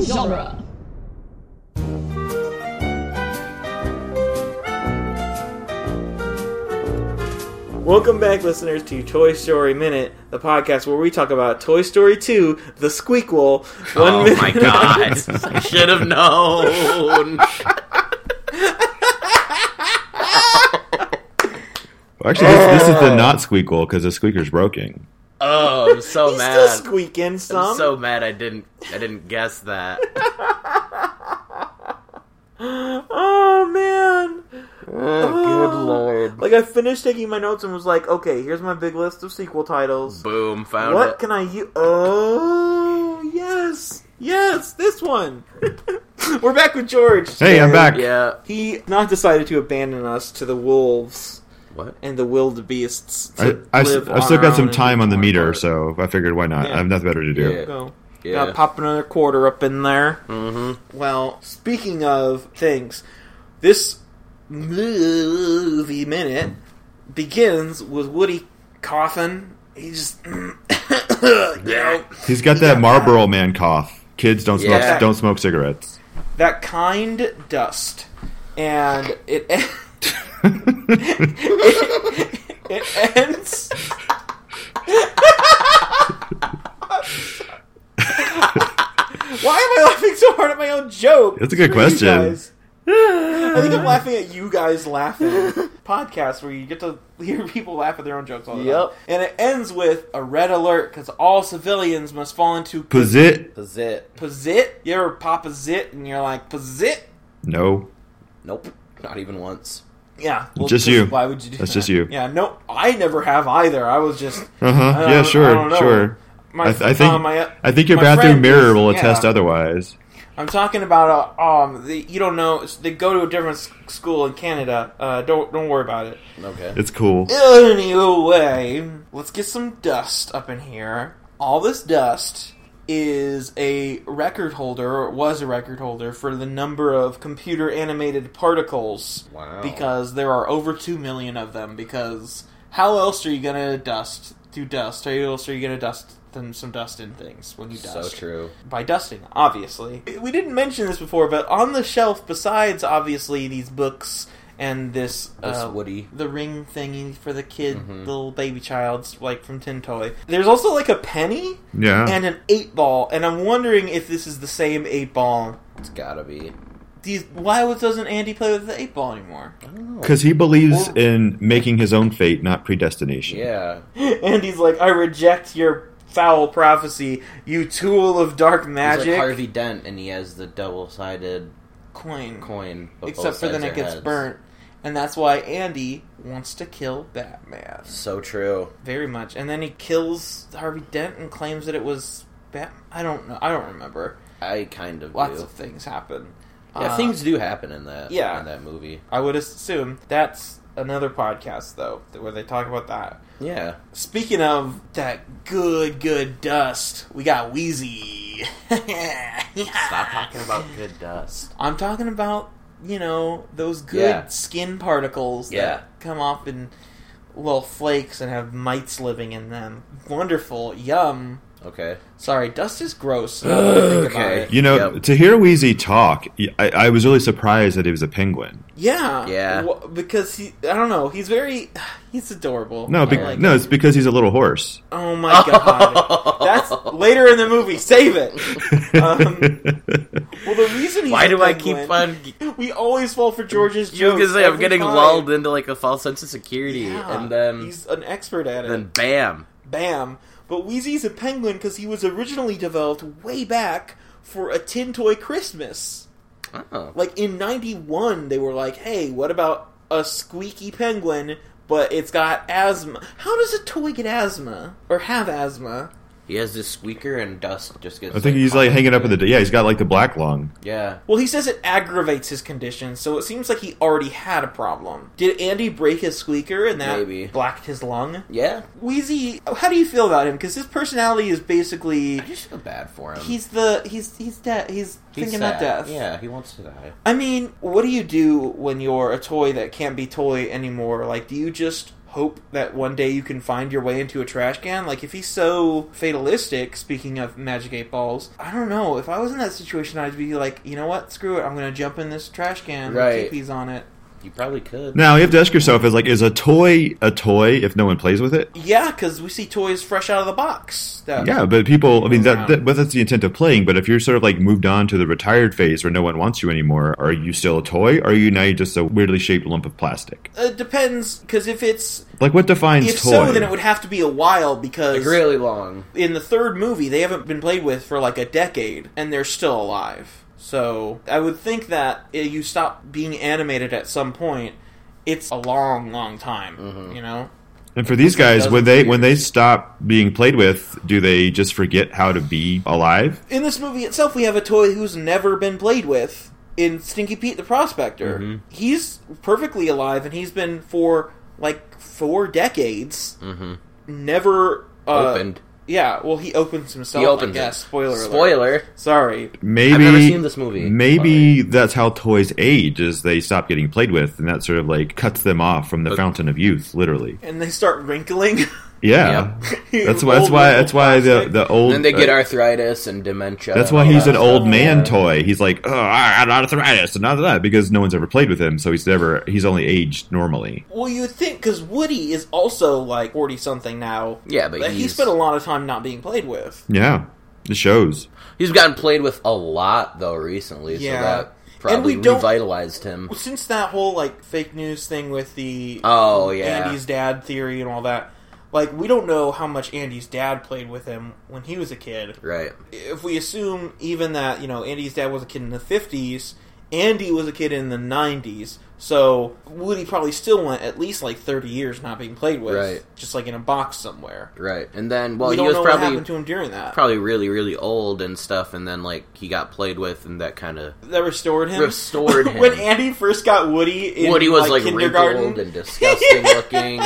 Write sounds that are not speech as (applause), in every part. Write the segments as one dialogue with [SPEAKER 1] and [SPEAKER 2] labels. [SPEAKER 1] genre.
[SPEAKER 2] Welcome back, listeners, to Toy Story Minute, the podcast where we talk about Toy Story 2, The Squeakquel. one
[SPEAKER 3] oh
[SPEAKER 2] minute
[SPEAKER 3] my god! (laughs) I should have known.
[SPEAKER 4] Well, actually, this, this is
[SPEAKER 2] Oh.
[SPEAKER 4] the not squeakle because the squeaker's broken.
[SPEAKER 3] Oh, I'm
[SPEAKER 2] (laughs)
[SPEAKER 3] so
[SPEAKER 2] He's
[SPEAKER 3] mad.
[SPEAKER 2] still squeaking
[SPEAKER 3] I'm
[SPEAKER 2] some.
[SPEAKER 3] so mad. I didn't. I didn't guess (laughs) that.
[SPEAKER 2] oh, man.
[SPEAKER 3] Ah,
[SPEAKER 2] Ah.
[SPEAKER 3] good lord!
[SPEAKER 2] Like, I finished taking my notes and was like, okay, here's my big list of sequel titles.
[SPEAKER 3] Boom! Found
[SPEAKER 2] What
[SPEAKER 3] it.
[SPEAKER 2] can I use? Oh, yes. Yes, this one. (laughs) We're back with George.
[SPEAKER 4] Hey, I'm back.
[SPEAKER 3] yeah.
[SPEAKER 2] He not decided to abandon us to the wolves
[SPEAKER 3] What?
[SPEAKER 2] and the wildebeests.
[SPEAKER 4] I,
[SPEAKER 2] To
[SPEAKER 4] I've,
[SPEAKER 2] live
[SPEAKER 4] I've
[SPEAKER 2] on
[SPEAKER 4] still
[SPEAKER 2] our
[SPEAKER 4] got some
[SPEAKER 2] own.
[SPEAKER 4] time on the meter, so I figured why not?
[SPEAKER 2] Yeah.
[SPEAKER 4] I have nothing better to do.
[SPEAKER 3] Yeah.
[SPEAKER 2] Go.
[SPEAKER 3] Yeah.
[SPEAKER 2] Gotta pop another quarter up in there.
[SPEAKER 3] Mhm.
[SPEAKER 2] Well, speaking of things, this movie minute begins with Woody coughing. He just, (coughs) you know,
[SPEAKER 4] He's got that Marlboro man cough. Kids don't smoke.
[SPEAKER 3] Yeah.
[SPEAKER 4] Don't smoke cigarettes. (laughs)
[SPEAKER 2] that kind dust, and it (laughs) it ends. Why am I laughing so hard at my own joke?
[SPEAKER 4] That's a good
[SPEAKER 2] Screw you
[SPEAKER 4] question.
[SPEAKER 2] guys. I think I'm laughing at you guys laughing. Podcast where you get to hear people laugh at their own jokes all the
[SPEAKER 3] Yep.
[SPEAKER 2] time. And it ends with a red alert because all civilians must fall into
[SPEAKER 4] Posit?
[SPEAKER 3] That's it.
[SPEAKER 2] Pazit? You ever pop a zit and you're like, Pazit?
[SPEAKER 4] No.
[SPEAKER 3] Nope. Not even once.
[SPEAKER 2] Yeah.
[SPEAKER 4] Just you.
[SPEAKER 2] Why would you do
[SPEAKER 4] That's
[SPEAKER 2] that?
[SPEAKER 4] just you.
[SPEAKER 2] Yeah, no, I never have either. I was just.
[SPEAKER 4] Uh huh.
[SPEAKER 2] I
[SPEAKER 4] Yeah.
[SPEAKER 2] don't- I
[SPEAKER 4] Sure.
[SPEAKER 2] don't know.
[SPEAKER 4] sure.
[SPEAKER 2] My,
[SPEAKER 4] I, th- I think.
[SPEAKER 2] uh, my,
[SPEAKER 4] I think your
[SPEAKER 2] my
[SPEAKER 4] bathroom
[SPEAKER 2] friend
[SPEAKER 4] mirror
[SPEAKER 2] is-
[SPEAKER 4] will
[SPEAKER 2] yeah.
[SPEAKER 4] attest otherwise.
[SPEAKER 2] I'm talking about uh, um. The, you don't know. They go to a different s- school in Canada. Uh, don't don't worry about it.
[SPEAKER 3] Okay.
[SPEAKER 4] It's cool.
[SPEAKER 2] Anyway, let's get some dust up in here. All this dust is a record holder, or was a record holder, for the number of computer animated particles.
[SPEAKER 3] Wow.
[SPEAKER 2] Because there are over 2 million of them. Because how else are you going to dust, do dust? How else are you going to dust them some dust in things when you dust?
[SPEAKER 3] So true.
[SPEAKER 2] by dusting, obviously. We didn't mention this before, but on the shelf, besides obviously these books and this,
[SPEAKER 3] This Mm-hmm.
[SPEAKER 2] uh,
[SPEAKER 3] Woody.
[SPEAKER 2] the ring thingy for the kid, little baby child's like from Tin Toy, there's also like a penny
[SPEAKER 4] Yeah.
[SPEAKER 2] and an eight ball, and I'm wondering if this is the same eight ball.
[SPEAKER 3] It's gotta be.
[SPEAKER 2] These, why would- doesn't Andy play with the eight ball anymore? (laughs)
[SPEAKER 3] I don't know.
[SPEAKER 4] Because he believes
[SPEAKER 2] Well-
[SPEAKER 4] in making his own fate, not predestination.
[SPEAKER 3] Yeah.
[SPEAKER 2] Andy's like, I reject your foul prophecy, you tool of dark
[SPEAKER 3] He's like
[SPEAKER 2] magic.
[SPEAKER 3] Harvey Dent, and he has the double-sided
[SPEAKER 2] coin.
[SPEAKER 3] coin. but both
[SPEAKER 2] except for
[SPEAKER 3] sides
[SPEAKER 2] then
[SPEAKER 3] are
[SPEAKER 2] it gets
[SPEAKER 3] heads.
[SPEAKER 2] burnt and that's why andy wants to kill batman
[SPEAKER 3] So true.
[SPEAKER 2] very much and then he kills harvey dent and claims that it was bat i don't know i don't remember
[SPEAKER 3] I kind of
[SPEAKER 2] lots
[SPEAKER 3] do.
[SPEAKER 2] of things happen
[SPEAKER 3] yeah,
[SPEAKER 2] Uh,
[SPEAKER 3] things do happen in that.
[SPEAKER 2] yeah.
[SPEAKER 3] in that movie.
[SPEAKER 2] i would assume that's another podcast though th- where they talk about that
[SPEAKER 3] Yeah.
[SPEAKER 2] speaking of that good good dust we got (laughs) wheezy stop
[SPEAKER 3] Stop talking about good dust.
[SPEAKER 2] I'm talking about you know those good
[SPEAKER 3] Yeah.
[SPEAKER 2] skin particles
[SPEAKER 3] Yeah.
[SPEAKER 2] that come off in little flakes and have mites living in them. Wonderful, yum.
[SPEAKER 3] Okay.
[SPEAKER 2] Sorry, dust is gross. now that I think about
[SPEAKER 3] Okay.
[SPEAKER 2] it.
[SPEAKER 4] You know,
[SPEAKER 3] Yep.
[SPEAKER 4] to hear Wheezy talk, I, I was really surprised that he was a penguin.
[SPEAKER 2] Yeah,
[SPEAKER 3] Yeah.
[SPEAKER 2] Wh- because he, I don't know, he's very, (sighs) he's adorable.
[SPEAKER 4] No, be-
[SPEAKER 2] I like
[SPEAKER 4] no,
[SPEAKER 2] him.
[SPEAKER 4] it's because he's a little horse. (laughs)
[SPEAKER 2] Oh my god,
[SPEAKER 3] (laughs)
[SPEAKER 2] that's later in the movie. Save it. Um, Well, the reason he's
[SPEAKER 3] Why
[SPEAKER 2] a
[SPEAKER 3] do I keep
[SPEAKER 2] penguin- (laughs)
[SPEAKER 3] on?
[SPEAKER 2] We always fall for George's
[SPEAKER 3] You
[SPEAKER 2] jokes.
[SPEAKER 3] because I'm
[SPEAKER 2] every
[SPEAKER 3] getting
[SPEAKER 2] time.
[SPEAKER 3] lulled into like a false sense of security,
[SPEAKER 2] Yeah,
[SPEAKER 3] and then
[SPEAKER 2] he's an expert at it.
[SPEAKER 3] then bam.
[SPEAKER 2] Bam. But Wheezy's a penguin because he was originally developed way back for a Tin Toy Christmas.
[SPEAKER 3] Oh.
[SPEAKER 2] Like in 91, they were like, hey, what about a squeaky penguin, but it's got asthma? How does a toy get asthma? Or have asthma?
[SPEAKER 3] He has this squeaker, and dust just gets.
[SPEAKER 4] I think he's like hanging up in the. Yeah, he's got like the black lung.
[SPEAKER 3] Yeah.
[SPEAKER 2] Well, he says it aggravates his condition, so it seems like he already had a problem. Did Andy break his squeaker and that
[SPEAKER 3] Maybe.
[SPEAKER 2] blacked his lung?
[SPEAKER 3] Yeah.
[SPEAKER 2] Wheezy, how do you feel about him? Because his personality is basically.
[SPEAKER 3] I just feel bad for him.
[SPEAKER 2] He's the he's he's dead. He's,
[SPEAKER 3] He's
[SPEAKER 2] thinking about
[SPEAKER 3] sad.
[SPEAKER 2] death.
[SPEAKER 3] Yeah, he wants to die.
[SPEAKER 2] I mean, what do you do when you're a toy that can't be toy anymore? Like, do you just hope that one day you can find your way into a trash can? Like, if he's so fatalistic, speaking of Magic 8 Balls, I don't know. If I was in that situation, I'd be like, you know what? Screw it. I'm going to jump in this trash can
[SPEAKER 3] Right.
[SPEAKER 2] with peas on it.
[SPEAKER 3] You probably could.
[SPEAKER 4] Now you have to ask yourself: Is like is a toy a toy if no one plays with it?
[SPEAKER 2] Yeah, because we see toys fresh out of the box. That-
[SPEAKER 4] Yeah, but people. I mean, that,
[SPEAKER 2] Around.
[SPEAKER 4] that but that's the intent of playing. But if you're sort of like moved on to the retired phase where no one wants you anymore, are you still a toy? Or are you now just a weirdly shaped lump of plastic?
[SPEAKER 2] It depends, because if it's
[SPEAKER 4] Like what defines
[SPEAKER 2] if
[SPEAKER 4] toy?
[SPEAKER 2] so, then it would have to be a while because
[SPEAKER 3] Like really long.
[SPEAKER 2] in the third movie they haven't been played with for like a decade and they're still alive. So I would think that eh, you stop being animated at some point. It's a long, long time,
[SPEAKER 3] Mm-hmm.
[SPEAKER 2] you know.
[SPEAKER 4] and for these guys,
[SPEAKER 3] Dozens
[SPEAKER 4] when they
[SPEAKER 3] of
[SPEAKER 4] when they stop being played with, do they just forget how to be alive?
[SPEAKER 2] In this movie itself, we have a toy who's never been played with. In Stinky Pete the Prospector,
[SPEAKER 3] Mm-hmm.
[SPEAKER 2] he's perfectly alive, and he's been for like four decades.
[SPEAKER 3] Mm-hmm.
[SPEAKER 2] Never uh,
[SPEAKER 3] Opened.
[SPEAKER 2] Yeah, well, he opens himself.
[SPEAKER 3] He opens.
[SPEAKER 2] I guess.
[SPEAKER 3] it.
[SPEAKER 2] Spoiler. alert.
[SPEAKER 3] Spoiler.
[SPEAKER 2] Sorry.
[SPEAKER 4] Maybe
[SPEAKER 3] I've never seen this movie.
[SPEAKER 4] Maybe that's how toys age is they stop getting played with, and that sort of like cuts them off from the
[SPEAKER 3] But-
[SPEAKER 4] fountain of youth, literally.
[SPEAKER 2] And they start wrinkling. (laughs)
[SPEAKER 4] Yeah, (laughs) that's why. That's why. That's why the the old.
[SPEAKER 3] Then they get
[SPEAKER 4] uh,
[SPEAKER 3] arthritis and dementia. Uh,
[SPEAKER 4] That's
[SPEAKER 3] and
[SPEAKER 4] why
[SPEAKER 3] all
[SPEAKER 4] he's
[SPEAKER 3] that
[SPEAKER 4] an old
[SPEAKER 2] Oh,
[SPEAKER 4] man
[SPEAKER 2] yeah.
[SPEAKER 4] toy. He's like, oh, I had arthritis and all that because no one's ever played with him, so he's never. He's only aged normally.
[SPEAKER 2] Well, you would think because Woody is also like forty something now.
[SPEAKER 3] Yeah, but
[SPEAKER 2] But he
[SPEAKER 3] he's-
[SPEAKER 2] spent a lot of time not being played with.
[SPEAKER 4] Yeah, it shows.
[SPEAKER 3] He's gotten played with a lot though recently,
[SPEAKER 2] Yeah.
[SPEAKER 3] so that
[SPEAKER 2] And we
[SPEAKER 3] probably
[SPEAKER 2] don't- (laughs)
[SPEAKER 3] revitalized him.
[SPEAKER 2] Since that whole like fake news thing with the
[SPEAKER 3] Oh yeah,
[SPEAKER 2] Andy's dad theory and all that, like we don't know how much Andy's dad played with him when he was a kid.
[SPEAKER 3] right.
[SPEAKER 2] if we assume even that you know Andy's dad was a kid in the fifties, Andy was a kid in the nineties, so Woody probably still went at least like thirty years not being played with,
[SPEAKER 3] Right.
[SPEAKER 2] just like in a box somewhere.
[SPEAKER 3] Right, and then well,
[SPEAKER 2] we
[SPEAKER 3] he
[SPEAKER 2] don't
[SPEAKER 3] was
[SPEAKER 2] know what
[SPEAKER 3] probably
[SPEAKER 2] happened to him during that.
[SPEAKER 3] probably really really old and stuff, and then like he got played with, and that kind of
[SPEAKER 2] that restored him. (laughs)
[SPEAKER 3] Restored him.
[SPEAKER 2] when Andy first got Woody. In,
[SPEAKER 3] Woody was like,
[SPEAKER 2] kindergarten. (laughs)
[SPEAKER 3] wrinkled and disgusting looking.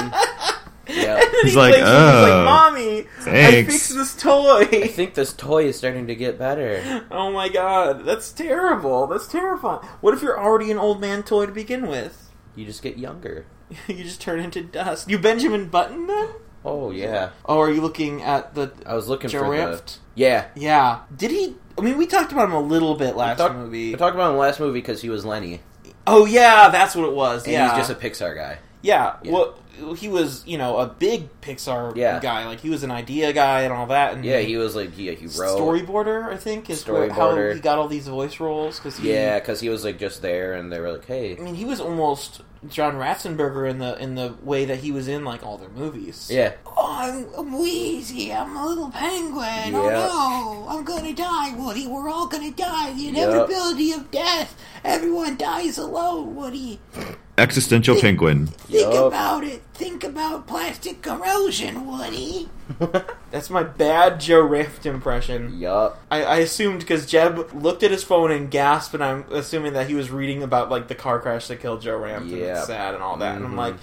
[SPEAKER 3] Yeah,
[SPEAKER 2] And then
[SPEAKER 4] He's
[SPEAKER 2] he
[SPEAKER 4] like,
[SPEAKER 2] plays with it, he's
[SPEAKER 4] "Oh,
[SPEAKER 2] like, mommy,
[SPEAKER 4] thanks."
[SPEAKER 2] I fixed this
[SPEAKER 3] I
[SPEAKER 2] toy. (laughs)
[SPEAKER 3] think this toy is starting to get better.
[SPEAKER 2] Oh my god, that's terrible. That's terrifying. What if you're already an old man toy to begin with? (laughs)
[SPEAKER 3] You just get younger.
[SPEAKER 2] you just turn into dust. You Benjamin Button then?
[SPEAKER 3] Oh yeah,
[SPEAKER 2] Oh, are you looking at the
[SPEAKER 3] I was looking for the
[SPEAKER 2] giraffe?
[SPEAKER 3] yeah.
[SPEAKER 2] Yeah. Did he? I mean, we talked about him a little bit last
[SPEAKER 3] talked- We
[SPEAKER 2] movie.
[SPEAKER 3] talked about him in the last movie because he was Lenny,
[SPEAKER 2] oh yeah, that's what it was.
[SPEAKER 3] and
[SPEAKER 2] yeah.
[SPEAKER 3] he's just a Pixar guy.
[SPEAKER 2] yeah.
[SPEAKER 3] Yeah.
[SPEAKER 2] Well, he was you know a big Pixar
[SPEAKER 3] Yeah.
[SPEAKER 2] guy. Like he was an idea guy and all that. And
[SPEAKER 3] Yeah, he was like he, he wrote.
[SPEAKER 2] storyboarder. I think is where- how
[SPEAKER 3] Storyboarder.
[SPEAKER 2] he got all these voice roles because
[SPEAKER 3] Yeah, because he was like just there, and they were like, "Hey,
[SPEAKER 2] I mean, he was almost John Ratzenberger in the in the way that he was in like all their movies.
[SPEAKER 3] yeah, (laughs)
[SPEAKER 2] Oh, I'm, I'm wheezy. I'm a little penguin.
[SPEAKER 3] Yeah.
[SPEAKER 2] Oh no, I'm gonna die, Woody. We're all gonna die. The
[SPEAKER 3] inevitability
[SPEAKER 2] of death. Everyone dies alone, Woody.
[SPEAKER 4] Existential penguin.
[SPEAKER 3] Think Yup.
[SPEAKER 2] about it. Think about plastic corrosion, Woody. That's my bad Joe Rift impression.
[SPEAKER 3] yup."
[SPEAKER 2] I, I assumed because Jeb looked at his phone and gasped, and I'm assuming that he was reading about like the car crash that killed Joe Ramp and
[SPEAKER 3] Yeah.
[SPEAKER 2] it's sad and all that. And I'm
[SPEAKER 3] Mhm.
[SPEAKER 2] like,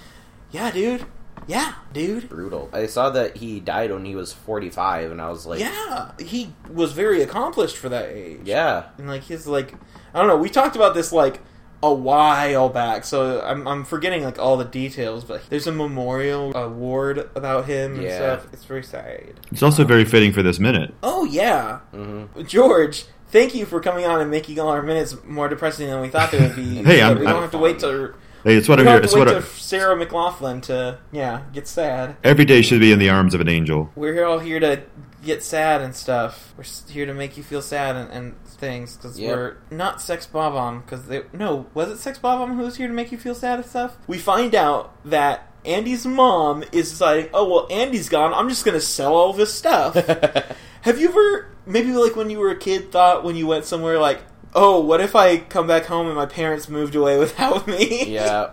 [SPEAKER 2] yeah, dude. Yeah, dude.
[SPEAKER 3] brutal. I saw that he died when he was 45, and I was like,
[SPEAKER 2] yeah, he was very accomplished for that age.
[SPEAKER 3] yeah,
[SPEAKER 2] and like his like I don't know. We talked about this like a while back, so I'm I'm forgetting like all the details. But there's a memorial award about him and
[SPEAKER 3] Yeah.
[SPEAKER 2] stuff. It's very sad.
[SPEAKER 4] It's also very fitting for this minute.
[SPEAKER 2] Oh yeah,
[SPEAKER 3] hmm
[SPEAKER 2] George. Thank you for coming on and making all our minutes more depressing than we thought they
[SPEAKER 4] (laughs)
[SPEAKER 2] would be.
[SPEAKER 4] Hey,
[SPEAKER 2] So
[SPEAKER 4] I'm-
[SPEAKER 2] we don't
[SPEAKER 4] I'm
[SPEAKER 2] have to wait till
[SPEAKER 4] Hey, it's what
[SPEAKER 2] we
[SPEAKER 4] I'm
[SPEAKER 2] don't
[SPEAKER 4] here.
[SPEAKER 2] have
[SPEAKER 4] It's
[SPEAKER 2] to wait
[SPEAKER 4] what I-
[SPEAKER 2] till Sarah McLaughlin to yeah get sad.
[SPEAKER 4] every day should be in the arms of an angel.
[SPEAKER 2] We're all here to get sad and stuff. We're s- here to make you feel sad and, and things because
[SPEAKER 3] Yep.
[SPEAKER 2] we're not sex bomb because they no was it sex bomb who was here to make you feel sad and stuff. We find out that Andy's mom is deciding, oh well, Andy's gone. I'm just gonna sell all this
[SPEAKER 3] (laughs)
[SPEAKER 2] stuff. Have you ever maybe like when you were a kid thought when you went somewhere like. Oh, what if I come back home and my parents moved away (laughs) without me?
[SPEAKER 3] (laughs)
[SPEAKER 2] (laughs)
[SPEAKER 3] yeah,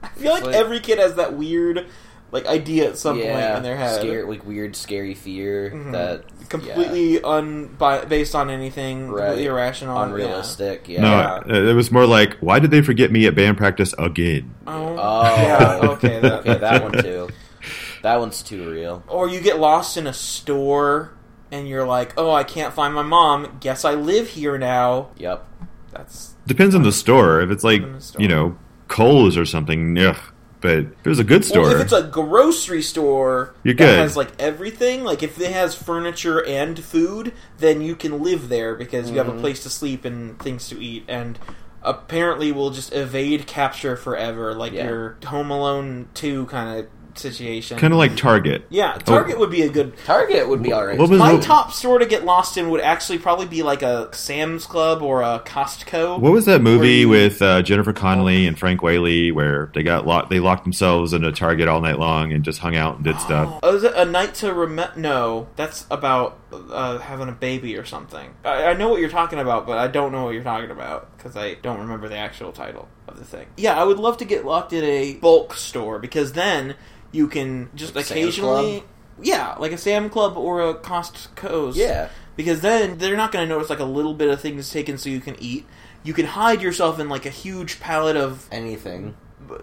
[SPEAKER 2] I feel like,
[SPEAKER 3] Like-
[SPEAKER 2] every kid has that weird, like, idea at some
[SPEAKER 3] yeah.
[SPEAKER 2] point in their head
[SPEAKER 3] Scare- like weird, scary fear
[SPEAKER 2] Mhm.
[SPEAKER 3] that yeah,
[SPEAKER 2] completely un bi- based on anything completely
[SPEAKER 3] Right.
[SPEAKER 2] irrational
[SPEAKER 3] unrealistic. Yeah,
[SPEAKER 4] No, uh, it was more like, why did they forget me at band practice again?
[SPEAKER 2] yeah. oh,
[SPEAKER 3] Oh.
[SPEAKER 2] (laughs)
[SPEAKER 3] (laughs)
[SPEAKER 2] yeah okay, that,
[SPEAKER 3] okay, that
[SPEAKER 2] (laughs)
[SPEAKER 3] one too. That one's too real.
[SPEAKER 2] or you get lost in a store and you're like oh i can't find my mom guess i live here now
[SPEAKER 3] Yep.
[SPEAKER 2] that's
[SPEAKER 4] Depends on the store. If it's like,
[SPEAKER 2] On the store.
[SPEAKER 4] you know, Kohl's or something, ugh, But if it was a good store,
[SPEAKER 2] Well, if it's a grocery store
[SPEAKER 4] You're
[SPEAKER 2] that
[SPEAKER 4] good.
[SPEAKER 2] has like everything, like if it has furniture and food, then you can live there because you have a place to sleep and things to eat and apparently will just evade capture forever like
[SPEAKER 3] Yeah.
[SPEAKER 2] your Home Alone 2 kind of situation.
[SPEAKER 4] kind of like Target.
[SPEAKER 2] Yeah, Target would be a good
[SPEAKER 3] Target would be alright.
[SPEAKER 4] What Oh. was
[SPEAKER 2] my
[SPEAKER 4] the-
[SPEAKER 2] top store to get lost in would actually probably be like a Sam's Club or a Costco.
[SPEAKER 4] What was that movie
[SPEAKER 2] you-
[SPEAKER 4] with uh, Jennifer Connelly and Frank Whaley where they got locked? They locked themselves in a Target all night long and just hung out and did stuff.
[SPEAKER 2] Oh, is it a night to remember? No, that's about uh, having a baby or something. I, I know what you're talking about, but I don't know what you're talking about because I don't remember the actual title of the thing. Yeah, I would love to get locked in a bulk store because then you can just
[SPEAKER 3] Like Sam's
[SPEAKER 2] occasionally.
[SPEAKER 3] Club?
[SPEAKER 2] Yeah, like a Sam Club or a Costco's.
[SPEAKER 3] Yeah.
[SPEAKER 2] Because then they're not going to notice like a little bit of things taken so you can eat. You can hide yourself in like a huge pallet of
[SPEAKER 3] Anything.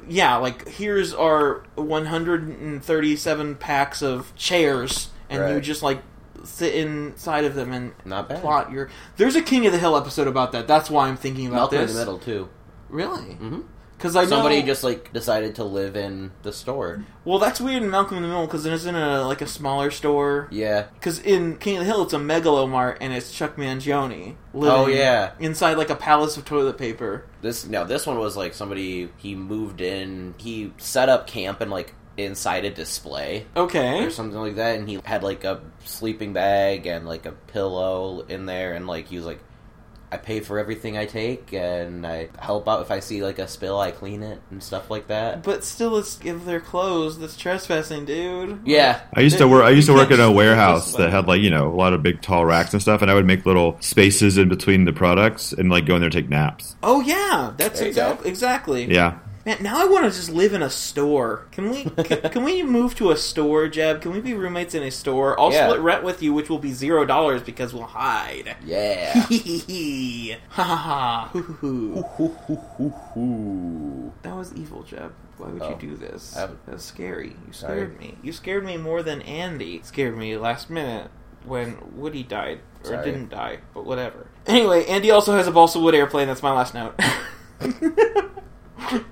[SPEAKER 2] yeah, like here's our 137 packs of chairs, and you
[SPEAKER 3] Right.
[SPEAKER 2] just like sit inside of them and
[SPEAKER 3] Not bad.
[SPEAKER 2] plot your. There's a King of the Hill episode about that. That's why I'm thinking about
[SPEAKER 3] Malcolm in
[SPEAKER 2] this.
[SPEAKER 3] the Middle too.
[SPEAKER 2] Really?
[SPEAKER 3] Mhm.
[SPEAKER 2] Because I know
[SPEAKER 3] Somebody just like decided to live in the store.
[SPEAKER 2] well, that's weird in Malcolm in the Middle because it isn't a like a smaller store.
[SPEAKER 3] Yeah.
[SPEAKER 2] Because in King of the Hill, it's a megalomart, and it's Chuck Mangione living
[SPEAKER 3] Oh yeah.
[SPEAKER 2] inside like a palace of toilet paper.
[SPEAKER 3] This no, this one was like somebody he moved in, he set up camp and like inside a display
[SPEAKER 2] Okay.
[SPEAKER 3] or something like that and he had like a sleeping bag and like a pillow in there and like he was like I pay for everything I take and I help out if I see like a spill I clean it and stuff like that.
[SPEAKER 2] But still, it's if they're closed, that's trespassing, dude.
[SPEAKER 3] Yeah.
[SPEAKER 4] I used to work. I used to work in a warehouse
[SPEAKER 2] Just like-
[SPEAKER 4] that had like you know a lot of big tall racks and stuff, and I would make little spaces in between the products and like go in there and take naps.
[SPEAKER 2] Oh yeah, that's
[SPEAKER 3] There you go.
[SPEAKER 2] exact, exactly.
[SPEAKER 4] Yeah,
[SPEAKER 2] Man, now I want to just live in a store. Can
[SPEAKER 3] (laughs)
[SPEAKER 2] we? Can, can we move to a store, Jeb? Can we be roommates in a store? I'll
[SPEAKER 3] Yeah.
[SPEAKER 2] split rent with you, which will be zero dollars because we'll hide.
[SPEAKER 3] Yeah.
[SPEAKER 2] (laughs) Hee (laughs) ha ha ha! Hoo, hoo, hoo.
[SPEAKER 3] Ooh.
[SPEAKER 2] That was evil, Jeb. Why would
[SPEAKER 3] Oh.
[SPEAKER 2] you do this?
[SPEAKER 3] I-
[SPEAKER 2] That was scary. You
[SPEAKER 3] Sorry.
[SPEAKER 2] scared me. You scared me more than Andy scared me last minute when Woody died or
[SPEAKER 3] Sorry.
[SPEAKER 2] didn't die, but whatever. Anyway, Andy also has a balsa wood airplane. That's my last note. (laughs)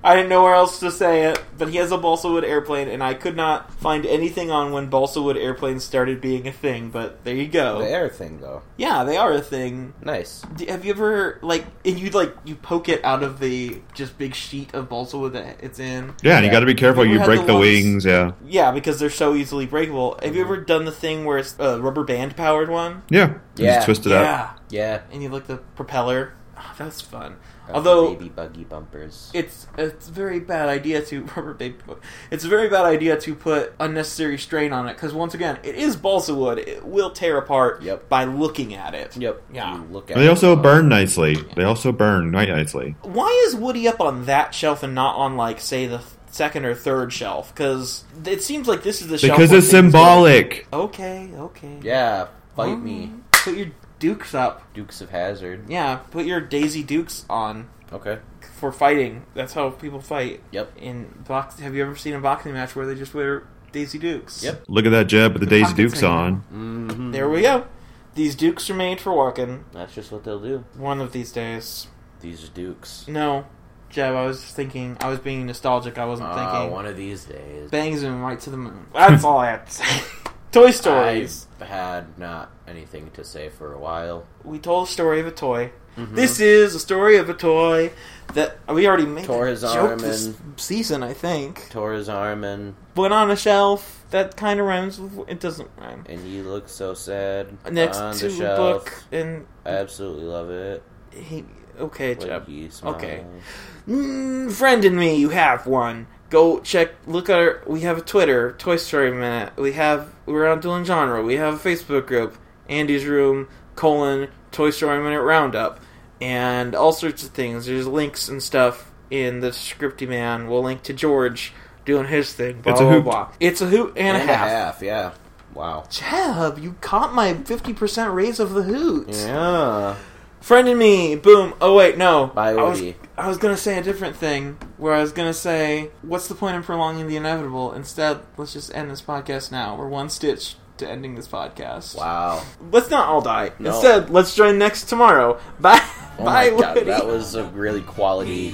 [SPEAKER 2] I didn't know where else to say it, but he has a balsa wood airplane, and I could not find anything on when balsa wood airplanes started being a thing. But there you go.
[SPEAKER 3] The air thing though.
[SPEAKER 2] Yeah, they are a thing.
[SPEAKER 3] Nice.
[SPEAKER 2] Do- Have you ever like and you like you poke it out of the just big sheet of balsa wood that it's in?
[SPEAKER 4] yeah, and
[SPEAKER 3] Yeah.
[SPEAKER 4] you got to be careful.
[SPEAKER 2] Remember
[SPEAKER 4] You
[SPEAKER 2] how
[SPEAKER 4] break
[SPEAKER 2] the
[SPEAKER 4] the,
[SPEAKER 2] ones-
[SPEAKER 4] wings. Yeah,
[SPEAKER 2] Yeah, because they're so easily breakable. Have you
[SPEAKER 3] Mm-hmm.
[SPEAKER 2] ever done the thing where it's a rubber band powered one?
[SPEAKER 4] yeah, You
[SPEAKER 3] Yeah.
[SPEAKER 4] just twist it up.
[SPEAKER 2] yeah,
[SPEAKER 3] Yeah.
[SPEAKER 2] and you like the propeller. Ah, that's fun.
[SPEAKER 3] Got
[SPEAKER 2] Although
[SPEAKER 3] the baby buggy bumpers.
[SPEAKER 2] it's it's a very bad idea to (laughs) rubber baby. It's a very bad idea to put unnecessary strain on it because once again, it is balsa wood. It will tear apart
[SPEAKER 3] Yep.
[SPEAKER 2] by looking at it.
[SPEAKER 3] Yep.
[SPEAKER 2] Yeah.
[SPEAKER 3] You look at
[SPEAKER 4] And they
[SPEAKER 3] it,
[SPEAKER 4] also
[SPEAKER 3] uh,
[SPEAKER 4] burn nicely. They also burn quite nicely.
[SPEAKER 2] why is Woody up on that shelf and not on like say the th- second or third shelf? Because it seems like this is the shelf
[SPEAKER 4] Because
[SPEAKER 2] where
[SPEAKER 4] it's
[SPEAKER 2] things go-
[SPEAKER 4] symbolic.
[SPEAKER 2] Okay, okay.
[SPEAKER 3] Yeah. Fight me.
[SPEAKER 2] Mm, Put your dukes up.
[SPEAKER 3] Dukes of Hazard.
[SPEAKER 2] Yeah, put your Daisy Dukes on
[SPEAKER 3] Okay.
[SPEAKER 2] for fighting. That's how people fight.
[SPEAKER 3] Yep.
[SPEAKER 2] In box, have you ever seen a boxing match where they just wear Daisy Dukes?
[SPEAKER 3] Yep.
[SPEAKER 4] Look at that Jeb with the,
[SPEAKER 2] The
[SPEAKER 4] Daisy
[SPEAKER 2] pockets
[SPEAKER 4] Dukes
[SPEAKER 2] hanging
[SPEAKER 4] on.
[SPEAKER 3] Mm-hmm.
[SPEAKER 2] There we go. These Dukes are made for walking.
[SPEAKER 3] That's just what they'll do.
[SPEAKER 2] One of these days.
[SPEAKER 3] These are Dukes.
[SPEAKER 2] No, Jeb, I was just thinking. I was being nostalgic. I wasn't
[SPEAKER 3] Ah,
[SPEAKER 2] thinking.
[SPEAKER 3] one of these days.
[SPEAKER 2] bangs him right to the moon. That's all I had to say.
[SPEAKER 3] (laughs)
[SPEAKER 2] Toy Stories.
[SPEAKER 3] I've had not anything to say for a while.
[SPEAKER 2] We told a story of a toy. This is a story of a toy that we already made
[SPEAKER 3] Tore
[SPEAKER 2] that
[SPEAKER 3] his
[SPEAKER 2] joke
[SPEAKER 3] arm
[SPEAKER 2] this season, I think.
[SPEAKER 3] Tore his arm and,
[SPEAKER 2] Went on a shelf. That kind of rhymes. With, it doesn't rhyme.
[SPEAKER 3] and he looks so sad.
[SPEAKER 2] Next
[SPEAKER 3] on
[SPEAKER 2] to
[SPEAKER 3] the shelf.
[SPEAKER 2] book and
[SPEAKER 3] I absolutely love it.
[SPEAKER 2] he. Okay,
[SPEAKER 3] When
[SPEAKER 2] Jeb.
[SPEAKER 3] he smiles.
[SPEAKER 2] Okay. Mm, friend and me, you have one. Go check. Look at our. We have a Twitter, Toy Story Minute. We have. We're on Dueling Genre. We have a Facebook group, Andy's Room colon Toy Story Minute Roundup, and all sorts of things. There's links and stuff in the scripty man. We'll link to George doing his thing. Blah
[SPEAKER 4] It's a
[SPEAKER 2] blah
[SPEAKER 4] hoot.
[SPEAKER 2] blah. It's a hoot and,
[SPEAKER 3] And,
[SPEAKER 2] a half.
[SPEAKER 3] yeah. Wow.
[SPEAKER 2] Jeb, you caught my fifty percent raise of the hoot.
[SPEAKER 3] Yeah.
[SPEAKER 2] Friend and me, boom. Oh wait, no.
[SPEAKER 3] Bye,
[SPEAKER 2] I was,
[SPEAKER 3] Woody.
[SPEAKER 2] I was gonna say a different thing. Where I was gonna say, what's the point in prolonging the inevitable? Instead, let's just end this podcast now. We're one stitch to ending this podcast.
[SPEAKER 3] Wow.
[SPEAKER 2] Let's not all die.
[SPEAKER 3] No.
[SPEAKER 2] Instead, let's join next tomorrow. Bye.
[SPEAKER 3] Oh my
[SPEAKER 2] Bye,
[SPEAKER 3] god,
[SPEAKER 2] Woody.
[SPEAKER 3] that was a really quality,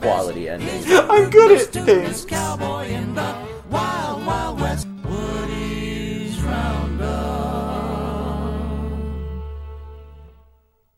[SPEAKER 3] quality ending.
[SPEAKER 2] (laughs) I'm good at things.
[SPEAKER 1] Cowboy in the